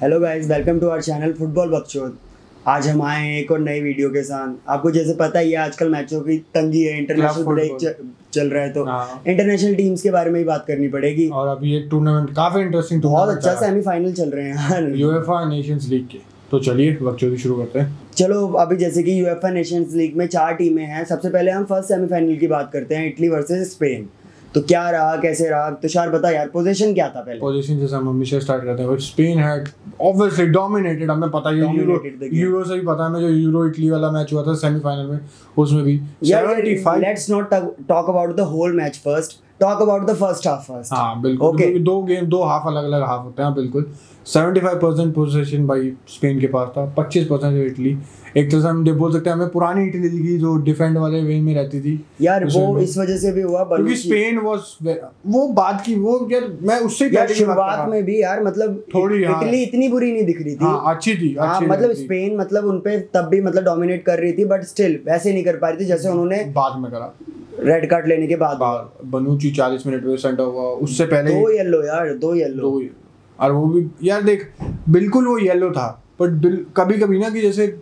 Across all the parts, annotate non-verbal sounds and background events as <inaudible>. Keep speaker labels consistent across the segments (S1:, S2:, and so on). S1: Hello guys welcome to our channel football बकचोद आज हम आए हैं एक और नई वीडियो के साथ आपको जैसे पता ही है आजकल मैचों की तंगी है इंटरनेशनल
S2: Club
S1: ब्रेक
S2: football.
S1: चल रहा है तो
S2: हाँ।
S1: इंटरनेशनल टीम्स के बारे में ही बात करनी पड़ेगी
S2: और अभी एक टूर्नामेंट काफी इंटरेस्टिंग
S1: बहुत अच्छा सेमीफाइनल चल रहे हैं हाँ। यार
S2: यूएफा नेशंस लीग के तो चलिए बकचोदी शुरू करते हैं
S1: चलो अभी जैसे कि यूएफए नेशंस लीग में चार टीमें हैं सबसे पहले हम फर्स्ट सेमीफाइनल की बात करते हैं इटली वर्सेस स्पेन तो क्या रहा कैसे रहा तुषार बता यार पोजीशन क्या था पहले
S2: पोजीशन जैसे हम हमेशा स्टार्ट करते हैं स्पेन है ऑब्वियसली डोमिनेटेड हमें पता ही है Euro
S1: Dominated the game.
S2: Euro से भी पता है हमें जो यूरो इटली वाला मैच हुआ था सेमीफाइनल में उसमें भी सेवेंटी
S1: यार let's not talk about the whole match first talk about the first half first
S2: हाँ बिल्कुल
S1: Okay.
S2: क्योंकि दो गेम दो हाफ अलग अलग हाफ होते हैं हाँ, बिल्कुल 75% फाइव परसेंट पोजिशन भाई स्पेन के पास था 25% परसेंट इटली एक तरह से हम ये बोल सकते हैं हमें पुरानी इटली की जो डिफेंड वाले वे में रहती थी
S1: यार वो
S2: उसमें-
S1: इस वजह से भी हुआ
S2: क्योंकि
S1: बल्कि
S2: स्पेन वाज वो बात की वो यार मैं उससे ही
S1: यार
S2: पहले की बात कर रहा
S1: शुरुआत
S2: हूँ।
S1: में भी यार मतलब
S2: थोड़ी, हाँ।
S1: इटली इतनी बुरी नहीं दिख रही थी
S2: हाँ अच्छी थी
S1: हाँ
S2: अच्छी
S1: मतलब
S2: लगी थी।
S1: स्पेन मतलब उनपे तब भी मतलब डोमिनेट कर रही थी बट स्टिल वैसे नहीं कर पा रही थी जैसे उन्होंने
S2: बाद में करा
S1: रेड कार्ड लेने के बाद
S2: बाद बनूची 40 मिनट में सेंटर हुआ उससे पहले
S1: दो येलो यार दो येलो
S2: दो तो और वो भी यार देख बिल्कुल वो येलो था बट कभी कभी ना कि जैसे अ,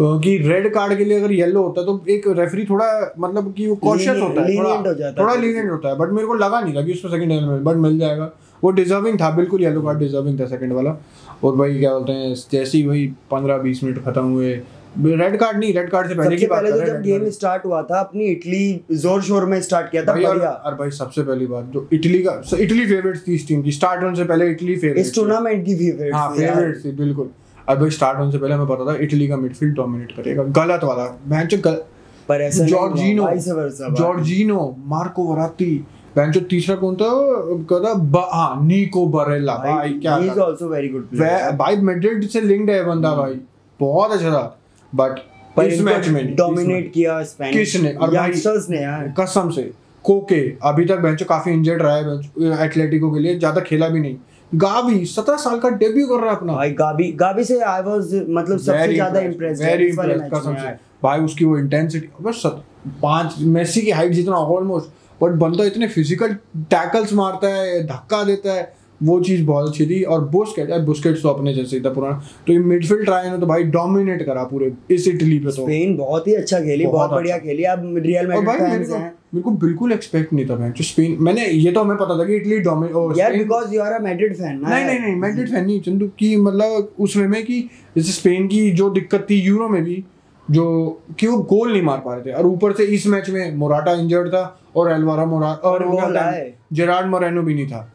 S2: कि रेड कार्ड के लिए अगर येलो होता तो एक रेफरी थोड़ा मतलब कि वो कॉशियस
S1: Lenient-
S2: होता है
S1: lenient हो
S2: थोड़ा
S1: जाता है
S2: थोड़ा
S1: थोड़ा सा।
S2: lenient होता है बट मेरे को लगा नहीं था कि उसको सेकंड में बट मिल जाएगा वो डिजर्विंग था बिल्कुल येलो कार्ड डिजर्विंग था सेकंड वाला और भाई क्या बोलते हैं जैसे ही वही पंद्रह बीस मिनट खत्म हुए रेड कार्ड नहीं रेड कार्ड से पहले
S1: सबसे
S2: की बात
S1: पहले
S2: कर
S1: तो
S2: रहे हैं,
S1: जब
S2: red card
S1: गेम स्टार्ट हुआ था अपनी इटली जोर शोर में स्टार्ट किया था
S2: भाई और,
S1: बढ़िया
S2: और भाई सबसे पहली बात जो इटली का so, इटली फेवरेट थी इस टीम की स्टार्ट होने से पहले इटली
S1: इस
S2: फेवरेट
S1: टूर्नामेंट की
S2: हाँ
S1: फेवरेट
S2: फेवरेट थी बिल्कुल अब भाई स्टार्ट होने से पहले हमें पता था इटली का मिडफील्ड डोमिनेट करेगा गलत वाला मैच गल...
S1: पर ऐसा
S2: Jorginho
S1: Jorginho
S2: Jorginho Marco Verratti match तीसरा कौन था कहता ब- हाँ नीको बरेला भाई क्या
S1: ही
S2: था?
S1: इज आल्सो वेरी गुड
S2: वे- भाई मेड्रिड से लिंक्ड है बंदा भाई बहुत अच्छा था बट
S1: हम्म। पर
S2: इस मैच में नहीं, इस
S1: डोमिनेट किया स्पेनिश
S2: किसने? और भाई-
S1: यंगस्टर्स ने यार
S2: कसम से कोके अभी तक बेंचो काफी इंजर्ड रहा है बेंचो एटलेटिको के लिए ज्यादा खेला भी नहीं गावी सत्रह साल का डेब्यू कर रहा है अपना
S1: भाई गाबी गाबी से आई वाज मतलब सबसे ज्यादा इम्प्रेस्ड
S2: वेरी इम्प्रेस कसम से भाई उसकी वो इंटेंसिटी बस सत- पांच मेसी की हाइट जितना ऑलमोस्ट बट बंदा इतने फिजिकल टैकल्स मारता है धक्का देता है वो चीज बहुत अच्छी थी और बुस्केट यार बुस्केट तो अपने जैसे ही था पुराना तो ये मिडफील्ड ट्राई ने तो भाई डोमिनेट करा पूरे इस इटली पे तो
S1: स्पेन बहुत ही अच्छा खेली
S2: बहुत
S1: बहुत
S2: अच्छा।
S1: बढ़िया खेली अब रियल
S2: और
S1: मैड्रिड
S2: भाई मेरे
S1: फैंस
S2: को
S1: हैं
S2: मेरे को बिल्कुल एक्सपेक्ट नहीं था मैं जो स्पेन मैंने ये तो हमें पता था कि इटली डोमिनेट
S1: यार because you are a Madrid fan ना
S2: तो नहीं
S1: यार।
S2: नहीं नहीं मैड्रिड फैन नहीं चंदू की मतलब उसमें में कि जैसे स्पेन की जो दिक्कत थी यूरो में भी जो कि वो गोल नहीं मार पा रहे थे और ऊपर से इस मैच में मोराटा इंजर्ड था और एलवारा मोरा और
S1: पर
S2: वो
S1: गोल
S2: क्या था?
S1: आए।
S2: जेरार्ड मोरेनो भी नहीं था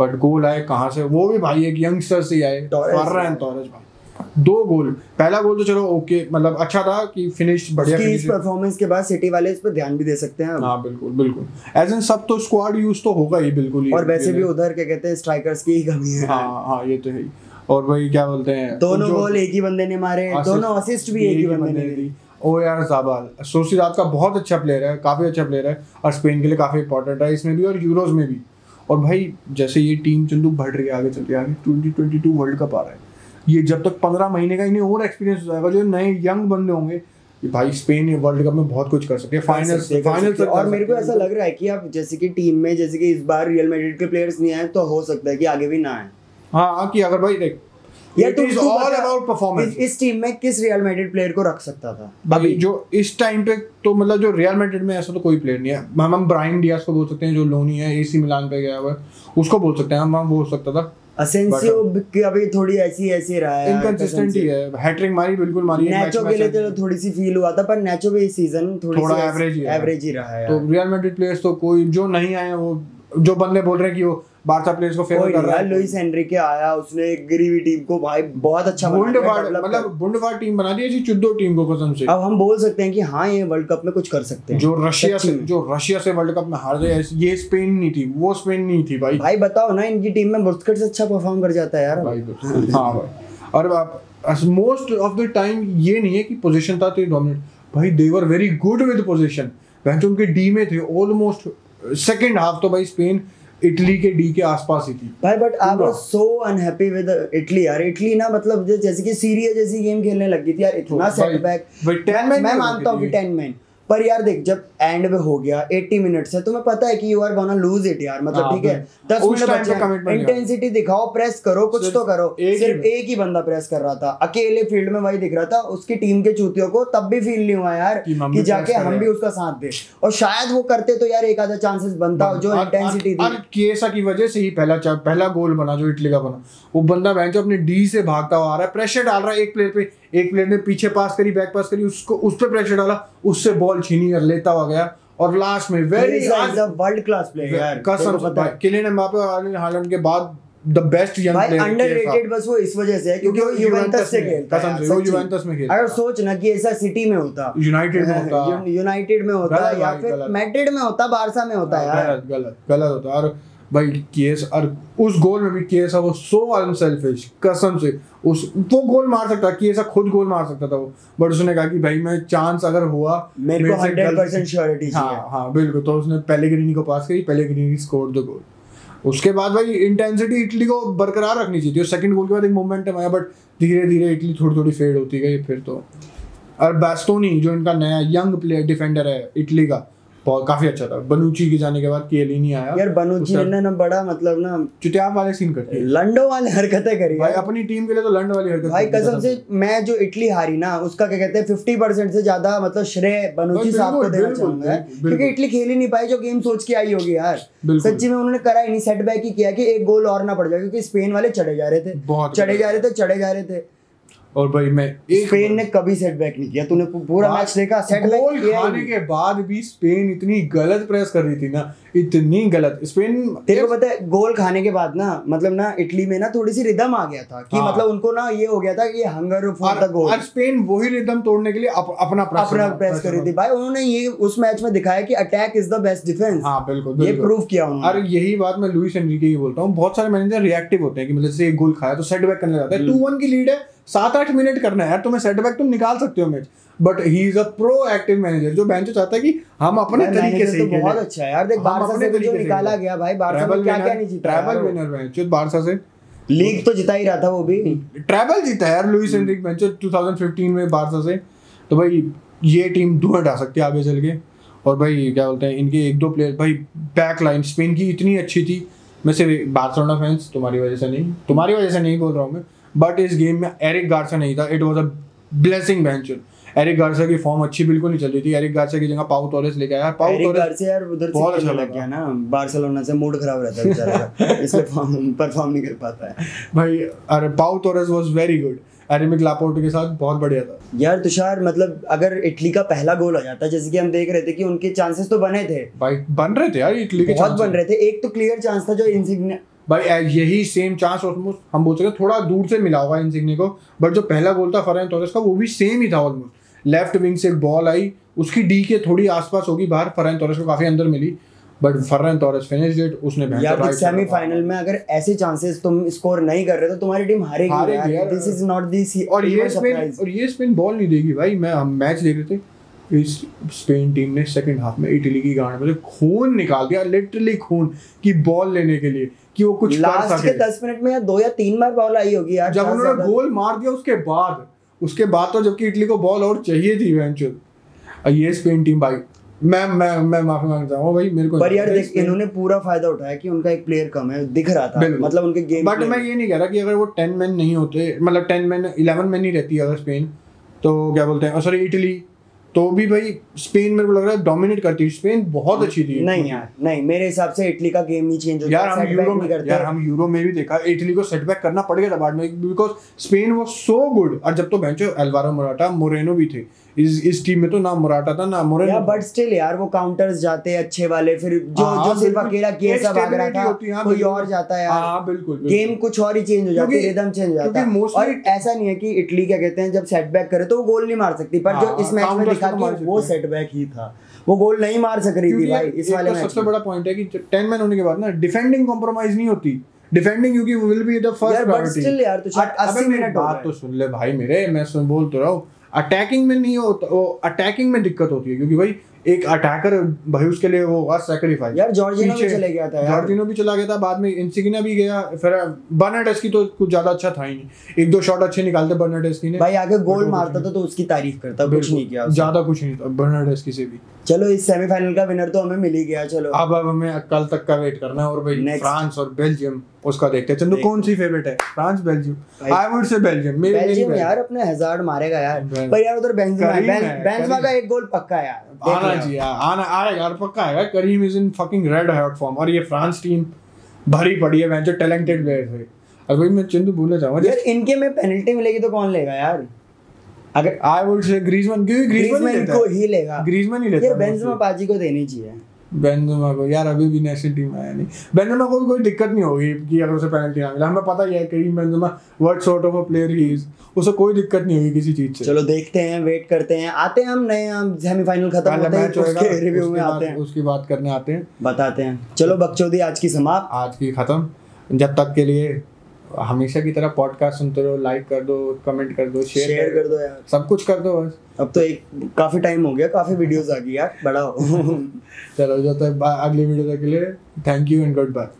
S2: बट गोल आए कहाँ से वो भी भाई एक यंगस्टर से ही आए
S1: टॉरेस।
S2: फर्रैन टॉरेस भाई दो गोल पहला गोल तो चलो ओके मतलब अच्छा था कि फिनिश बढ़िया
S1: उसकी इस
S2: finish-
S1: परफॉर्मेंस के बाद सिटी वाले इस पर ध्यान भी दे सकते हैं अब।
S2: हाँ बिल्कुल बिल्कुल एज इन सब तो स्क्वाड यूज तो होगा ही बिल्कुल ही
S1: और वैसे भी
S2: हाँ
S1: उधर क्या कहते हैं स्ट्राइकर्स की ही कमी है
S2: हाँ ये तो है ही और भाई क्या बोलते हैं
S1: दोनों
S2: जो-
S1: गोल एक ही बंदे ने मारे दोनों असिस्ट भी एक ही बंदे ने दी
S2: ओ यार जाबाल सोसीदाद का बहुत अच्छा प्लेयर है काफ़ी अच्छा प्लेयर है और स्पेन के लिए काफ़ी इंपॉर्टेंट है इसमें भी और यूरोज में भी और भाई जैसे ये टीम चंदू बढ़ रही है आगे चल रही है आगे twenty twenty two world cup आ रहा है ये जब तक पंद्रह महीने का इन्हें और एक्सपीरियंस हो जाएगा जो नए यंग बंदे होंगे ये भाई स्पेन वर्ल्ड कप में बहुत कुछ कर सकते हैं फाइनल
S1: सकते हैं, कर
S2: फाइनल
S1: सकते हैं।
S2: तक
S1: और
S2: जा
S1: मेरे को
S2: सकते
S1: ऐसा
S2: हैं।
S1: लग रहा है कि आप जैसे कि टीम में जैसे कि इस बार रियल मैड्रिड के प्लेयर्स नहीं आए तो हो सकता है कि आगे भी ना आए
S2: हाँ कि अगर भाई देख
S1: यार
S2: इट
S1: तुम
S2: इज
S1: तुम
S2: ऑल
S1: बता,
S2: अबाउट परफॉर्मेंस
S1: इस- इस टीम में किस रियल मैड्रिड प्लेयर को रख सकता था
S2: अभी जो इस टाइम पे तो मतलब जो रियल मैड्रिड में ऐसा तो कोई प्लेयर नहीं है हम हम ब्राइन डियास को बोल सकते हैं जो लोनी है एसी मिलान पे गया हुआ है उसको बोल सकते हैं हम हम बोल सकता था
S1: असेंसियो
S2: uh,
S1: की अभी थोड़ी ऐसी ऐसी रहा है
S2: इनकंसिस्टेंट ही है हैट्रिक मारी बिल्कुल मारी एक
S1: नेचो
S2: match
S1: के
S2: में
S1: लिए
S2: से-
S1: तो थोड़ी सी फील हुआ था पर नेचो भी इस सीजन थोड़ी
S2: थोड़ा
S1: सी
S2: average ही है।
S1: एवरेज ही रहा है
S2: तो
S1: यार।
S2: रियल मैड्रिड प्लेयर्स तो कोई जो नहीं आए हैं, वो जो बंदे बोल रहे हैं कि वो बारसा प्लेयर्स को फेवर
S1: कोई
S2: कर
S1: नहीं
S2: रहा
S1: यार
S2: है
S1: लुइस हेनरिके आया उसने गिरीवी टीम को भाई बहुत अच्छा बना दिया,
S2: बुंडफाड़
S1: develop
S2: मतलब बुंडफाड़ टीम बना दी है जी चुद्दो टीम को कसम से
S1: कर- अब हम बोल सकते हैं कि हाँ ये वर्ल्ड कप में कुछ कर सकते हैं
S2: जो रशिया
S1: सच्ची
S2: से
S1: में।
S2: जो रशिया से वर्ल्ड कप में हार गए ये स्पेन नहीं थी वो स्पेन नहीं थी भाई
S1: भाई बताओ ना इनकी टीम में बुस्केट अच्छा परफॉर्म कर जाता है यार
S2: भाई बिल्कुल। हाँ भाई और आप मोस्ट ऑफ द टाइम ये नहीं है कि पोजीशन था तो डोमिनेट भाई they were very good with position वैसे तो उनके डी में थे ऑलमोस्ट सेकंड हाफ तो भाई स्पेन इटली के डी के आसपास ही थी
S1: भाई बट आई वाज
S2: पूरा।
S1: सो अनहैप्पी विद इटली यार इटली ना मतलब जै- जैसे कि सीरिया जैसी गेम खेलने लगी थी यार इतना
S2: भाई-
S1: सेटबैक
S2: भाई 10
S1: मैं
S2: मैन
S1: मानता हूँ कि 10 मैन पर यार देख जब एंड में हो गया 80 मिनट्स है तुम्हें पता है कि you are gonna lose it यार मतलब
S2: हाँ,
S1: ठीक है दस
S2: उस
S1: मिनट
S2: time पे
S1: बचे
S2: commitment यार।
S1: इंटेंसिटी दिखाओ प्रेस करो कुछ
S2: सिर्फ
S1: तो करो
S2: एक ही
S1: सिर्फ
S2: बंदा।
S1: एक ही बंदा प्रेस कर रहा था अकेले फील्ड में वही दिख रहा था उसकी टीम के चूतियों को तब भी फील नहीं हुआ यार
S2: कि हम
S1: कि
S2: भी
S1: जाके
S2: press
S1: हम
S2: करें।
S1: भी उसका साथ दे और शायद वो करते तो यार एक आधा चांसेस बनता जो इंटेंसिटी
S2: और
S1: थी
S2: केसा की वजह से ही पहला चा- पहला गोल बना जो इटली का बना वो बंदा बैंक अपने डी से भागता हुआ आ रहा है प्रेशर डाल रहा है एक प्लेयर पे एक प्लेयर ने पीछे पास करी बैक पास करी उसको उस पर प्रेशर डाला उससे बॉल छीनी और लेता हुआ गया और लास्ट में वेरी
S1: वर्ल्ड क्लास प्लेयर यार तेरे को पता है।
S2: किलियन एम्बापे और आर्लिंग हालैंड के बाद द बेस्ट यंग
S1: भाई
S2: प्लेयर
S1: अंडररेटेड बस वो इस वजह से है क्योंकि वो
S2: क्योंकि
S1: यूवेंटस
S2: यूवेंटस
S1: से
S2: में,
S1: खेलता है
S2: कसम
S1: यार,
S2: से, वो
S1: सच्ची।
S2: यूवेंटस में खेलता
S1: अगर
S2: है।
S1: सोच ना कि ऐसा सिटी में होता
S2: यूनाइटेड में
S1: <laughs>
S2: होता
S1: यू- यूनाइटेड में होता
S2: गलत
S1: या
S2: भाई,
S1: फिर
S2: गलत। हाँ,
S1: मैड्रिड में होता बारसा में होता यार
S2: गलत गलत गलत होता और भाई केस और उस गोल में भी केस वो सो अनसेल्फिश कसम से उस वो गोल मार सकता केस खुद गोल मार सकता था वो बट उसने कहा कि भाई मैं चांस अगर हुआ
S1: मेरे को
S2: से गलती-
S1: 100% surety
S2: हाँ
S1: चाहिए।
S2: हाँ बिल्कुल तो उसने पहले ग्रीनी को पास करी पहले ग्रीनी स्कोर द गोल उसके बाद भाई इंटेंसिटी इटली को बरकरार रखनी चाहिए थी और सेकंड गोल के बाद एक मोमेंटम आया बट धीरे धीरे इटली थोड़ी थोड़ी फेड होती गई फिर तो और बैस्टोनी जो इनका नया यंग प्लेयर डिफेंडर है इटली का बहुत काफी अच्छा था बनुची के जाने के बाद केली नहीं आया
S1: यार बनुची
S2: उसका-
S1: ने ना बड़ा मतलब ना
S2: चुटियाप वाले सीन करती है
S1: लंडो वाले हरकतें करी
S2: भाई
S1: यार।
S2: अपनी टीम के लिए तो लंड वाली हरकत
S1: भाई
S2: करती है,
S1: कसम से मैं जो इटली हारी ना उसका क्या कहते हैं फिफ्टी परसेंट से ज्यादा मतलब श्रेय बनुची
S2: भाई,
S1: साहब को
S2: बिल्कुल,
S1: देना
S2: बिल्कुल,
S1: चाहूंगा
S2: बिल्कुल।
S1: क्योंकि इटली खेल ही नहीं पाई जो गेम सोच के आई होगी यार
S2: बिल्कुल।
S1: सच्ची में उन्होंने करा ही नहीं सेटबैक ही किया कि एक गोल और ना पड़ जाए क्योंकि स्पेन वाले चढ़े जा रहे थे
S2: बहुत
S1: चढ़े जा रहे थे चढ़े जा रहे थे
S2: और भाई मैं एक
S1: स्पेन ने कभी सेटबैक नहीं किया तूने पू- पूरा मैच देखा
S2: गोल
S1: सेटबैक किया ही
S2: खाने
S1: नहीं।
S2: के बाद भी स्पेन इतनी गलत प्रेस कर रही थी ना इतनी गलत स्पेन
S1: तेरे को पता है गोल खाने के बाद ना मतलब ना इटली में ना थोड़ी सी रिदम आ गया था कि
S2: हाँ।
S1: मतलब उनको ना ये हो गया था कि हंगर फॉर द गोल
S2: और स्पेन वही रिदम तोड़ने के लिए अप, अपना press
S1: अपना
S2: करना-
S1: प्रेस
S2: press
S1: करी थी
S2: करना।
S1: भाई उन्होंने ये उस मैच में दिखाया कि attack is the best defence
S2: हाँ बिल्कुल
S1: ये
S2: बिल्कुल।
S1: प्रूव किया
S2: और
S1: उन्होंने
S2: यही बात मैं लुइस एनरिके की बोलता हूँ बहुत सारे मैनेजर रिएक्टिव होते हैं कि मतलब जैसे एक गोल खाया तो सेटबैक करने जाता है
S1: हम्म।
S2: टू वन की लीड है सात आठ मिनट करना है यार तुम्हें सेटबैक तुम निकाल सकते हो match but he is a proactive manager जो बेंच चाहता है कि हम अपने
S1: भाई,
S2: तरीके
S1: मैनेजर
S2: से
S1: तो
S2: ही खेलें।
S1: बहुत अच्छा है यार देख
S2: हम
S1: बारसा
S2: अपने
S1: से भी जो
S2: तरीके से
S1: निकाला
S2: खेलें।
S1: गया भाई बारसा
S2: ट्रैवल
S1: में क्या क्या
S2: विनर
S1: नहीं जीता
S2: ट्रैवल
S1: यार वो।
S2: विनर मैच बारसा से
S1: लीग तो जिता ही रहा था वो भी
S2: हम्म। ट्रैवल जीता है यार लुइस
S1: हम्म।
S2: एनरिक वेंचर 2015 में बारसा से तो भाई ये टीम धुआं उठा सकती है आगे चल के और भाई क्या बोलते हैं इनके एक दो प्लेयर भाई बैक लाइन स्पेन की इतनी अच्छी थी मैं सिर्फ बार्सिलोना फैंस तुम्हारी वजह से नहीं तुम्हारी वजह से नहीं बोल रहा हूँ मैं बट इस गेम में एरिक गार्सा नहीं था it was a blessing venture Eric Garcia की फॉर्म अच्छी बिल्कुल नहीं चल रही थी एरिक गार्सा की जगह पाउ टोरेस लेके आया पाउ
S1: एरिक
S2: टोरेस
S1: गार्सिया यार उधर
S2: तो बहुत
S1: से
S2: अच्छा
S1: खेलने लग
S2: लगा।
S1: गया ना बार्सिलोना से मूड खराब रहता है बेचारे का
S2: <laughs>
S1: इसलिए परफॉर्म नहीं कर पाता है
S2: भाई अरे Pau Torres was very good एरेमिक लापोर्ट के साथ बहुत बढ़िया था
S1: यार तुषार मतलब अगर इटली का पहला गोल आ जाता जैसे कि हम देख रहे थे कि उनके चांसेस तो बने थे
S2: भाई बन रहे थे यार इटली के
S1: बहुत
S2: chances।
S1: बन रहे थे एक तो क्लियर चांस था जो इनसिग्न
S2: भाई ऐ- यही सेम चांस ऑलमोस्ट हम बोल सकते हैं, थोड़ा दूर से मिला होगा इंसिग्ने को बट जो पहला गोल था फरहन तोरेस का वो भी सेम ही था ऑलमोस्ट लेफ्ट विंग से एक बॉल आई उसकी डी के थोड़ी आसपास होगी बाहर फरहन तोरेस को काफी अंदर मिली but Ferran Torres finished it उसने बेहतर
S1: यार
S2: right side
S1: सेमीफाइनल में अगर ऐसे चांसेस तुम स्कोर नहीं कर रहे तो तुम्हारी टीम हारेगी
S2: हारेगी
S1: यार
S2: यार।
S1: दिस इज नॉट दिस
S2: मारा। और ये स्पेन और ये स्पेन बॉल नहीं देगी भाई मैं हम मैच देख रहे थे इस स्पेन टीम ने सेकंड हाफ में इटली की गांड में से खून निकाल दिया लिटरली खून कि बॉल लेने के लिए कि वो कुछ कर
S1: लास्ट के
S2: सके।
S1: 10 मिनट में यार दो या तीन बार बॉल आई होगी यार
S2: जब
S1: बहुत
S2: उन्होंने
S1: ज्यादा।
S2: गोल मार दिया उसके बाद उसके बाद तो जबकि इटली को बॉल और चाहिए थी वेंचुअल ये स्पेन टीम भाई मैं मैं मैं माफी मांगता हूँ भाई मेरे को
S1: पर यार देख इन्होंने पूरा फायदा उठाया कि उनका एक प्लेयर कम है दिख रहा था
S2: बिल्कुल।
S1: मतलब उनके गेम
S2: बट मैं ये नहीं कह रहा कि अगर वो टेन मैन नहीं होते मतलब टेन मैन इलेवन मैन नहीं रहती अगर स्पेन तो क्या बोलते हैं सॉरी इटली तो भी भाई स्पेन मेरे को लग रहा है डोमिनेट करती है स्पेन बहुत अच्छी थी
S1: नहीं यार नहीं मेरे हिसाब से इटली का गेम ही चेंज हो
S2: यार हम
S1: तो setback
S2: यूरो
S1: नहीं
S2: में
S1: करते
S2: यार हम यूरो में भी देखा इटली को सेटबैक करना पड़ गया था बाद में because Spain was so good और जब तो बेंचो एल्वारो मोराटा मोरेनो भी थे इस इस टीम में तो ना मोराटा था ना मोरेनो
S1: यार बट स्टिल यार वो काउंटर्स जाते हैं अच्छे वाले फिर जो
S2: हाँ,
S1: जो सिर्फ
S2: बिल्कुल।
S1: अकेला
S2: एक
S1: केसा भाग रहा
S2: stability होती है,
S1: था
S2: हाँ,
S1: कोई
S2: बिल्कुल।
S1: और जाता है यार
S2: हाँ बिल्कुल बिल्कुल।
S1: गेम कुछ और ही चेंज हो जाती है
S2: क्योंकि-
S1: रिदम चेंज हो जाता
S2: क्योंकि
S1: है
S2: mostly-
S1: और ऐसा नहीं है कि इटली क्या कहते हैं जब सेटबैक करे तो वो गोल नहीं मार सकती पर जो
S2: हाँ,
S1: इस मैच में
S2: counters
S1: दिखा
S2: तो मार
S1: कि
S2: सकती
S1: वो
S2: है।
S1: सेटबैक ही था वो गोल नहीं मार सक रही थी
S2: क्योंकि
S1: भाई इस
S2: एक
S1: वाले
S2: तो
S1: मैच
S2: सबसे
S1: में
S2: बड़ा पॉइंट है कि टेन मैन होने के बाद ना डिफेंडिंग कॉम्प्रोमाइज नहीं होती डिफेंडिंग क्योंकि विल बी द
S1: यार,
S2: फर्स्ट
S1: but still यार, तो तुषार, 80 मिनट हो
S2: बात
S1: गए।
S2: तो सुन ले तो, भाई मेरे मैं सुन बोल तो रहा हूँ अटैकिंग में नहीं होता वो अटैकिंग में दिक्कत होती है क्योंकि भाई एक अटैकर भाई उसके लिए वो होगा सेक्रीफाइस
S1: यार जॉर्जिनो भी चले गया था यार
S2: जॉर्जिनो भी चला गया था बाद में इंसिग्ना भी गया फिर बर्नाडेस्की की तो कुछ ज्यादा अच्छा था ही नहीं एक दो शॉट अच्छे निकालते बर्नाडेस्की ने
S1: भाई आगे गोल
S2: बिल्कुल
S1: मारता
S2: कुछ
S1: था तो उसकी तारीफ करता कुछ नहीं किया उसने।
S2: ज्यादा कुछ नहीं था बर्नाडेस्की से भी
S1: चलो इस सेमीफाइनल का विनर तो हमें मिल ही गया चलो
S2: अब अब हमें कल तक का वेट करना है और भाई
S1: Next.
S2: फ्रांस और बेल्जियम उसका देखते हैं चंदू
S1: देखते
S2: कौन सी फेवरेट है फ्रांस बेल्जियम
S1: भाई-
S2: आई वुड से बेल्जियम मेरे मेरी
S1: बेल्जियम
S2: Belgium।
S1: यार अपने हजार मारेगा यार
S2: बेल-
S1: पर यार उधर बेंजेमा है
S2: करीम है, हाँ
S1: बें- बेंजेमा
S2: करीम।
S1: का एक गोल पक्का है यार देख
S2: आना
S1: लेना।
S2: चाहिए आना आएगा और पक्का आएगा Karim is in fucking red hot form और ये फ्रांस टीम भरी पड़ी है जो टैलेंटेड प्लेयर्स है और भाई मैं चंदू बोलना चाहूंगा
S1: यार इनके में पेनल्टी मिलेगी तो कौन लेगा यार अगर
S2: आई वुड से ग्रीजमैन क्योंकि ग्रीजमैन
S1: ग्रीजमैन को ही लेगा
S2: ग्रीजमैन ही लेता तो।
S1: यार
S2: है
S1: बेंजेमा पाजी को देनी चाहिए
S2: अच्छा। बेंजेमा को यार अभी भी नेशनल टीम आया नहीं बेंजेमा को भी कोई दिक्कत नहीं होगी कि अगर उसे पेनल्टी ना मिले हमें पता ही है कि Benzema what sort of a player he is उसे कोई दिक्कत नहीं होगी किसी चीज से
S1: चलो देखते हैं वेट करते हैं आते हैं हम नए हम सेमीफाइनल खत्म
S2: पहला
S1: होते हैं
S2: मैच होएगा
S1: उसके रिव्यू में
S2: उसके
S1: आते
S2: बाद-
S1: हैं
S2: उसकी बात करने आते हैं
S1: बताते हैं चलो बकचोदी आज की समाप्त
S2: आज की खत्म जब तक के लिए हमेशा की तरह पॉडकास्ट सुनते रहो लाइक कर दो कमेंट कर दो
S1: शेयर
S2: शेयर
S1: कर दो यार
S2: सब कुछ कर दो बस
S1: अब तो एक काफी टाइम हो गया काफी वीडियोस आ गई यार बड़ा हो <laughs>
S2: चलो जब तक बा- अगली वीडियो तक के लिए thank you and good bye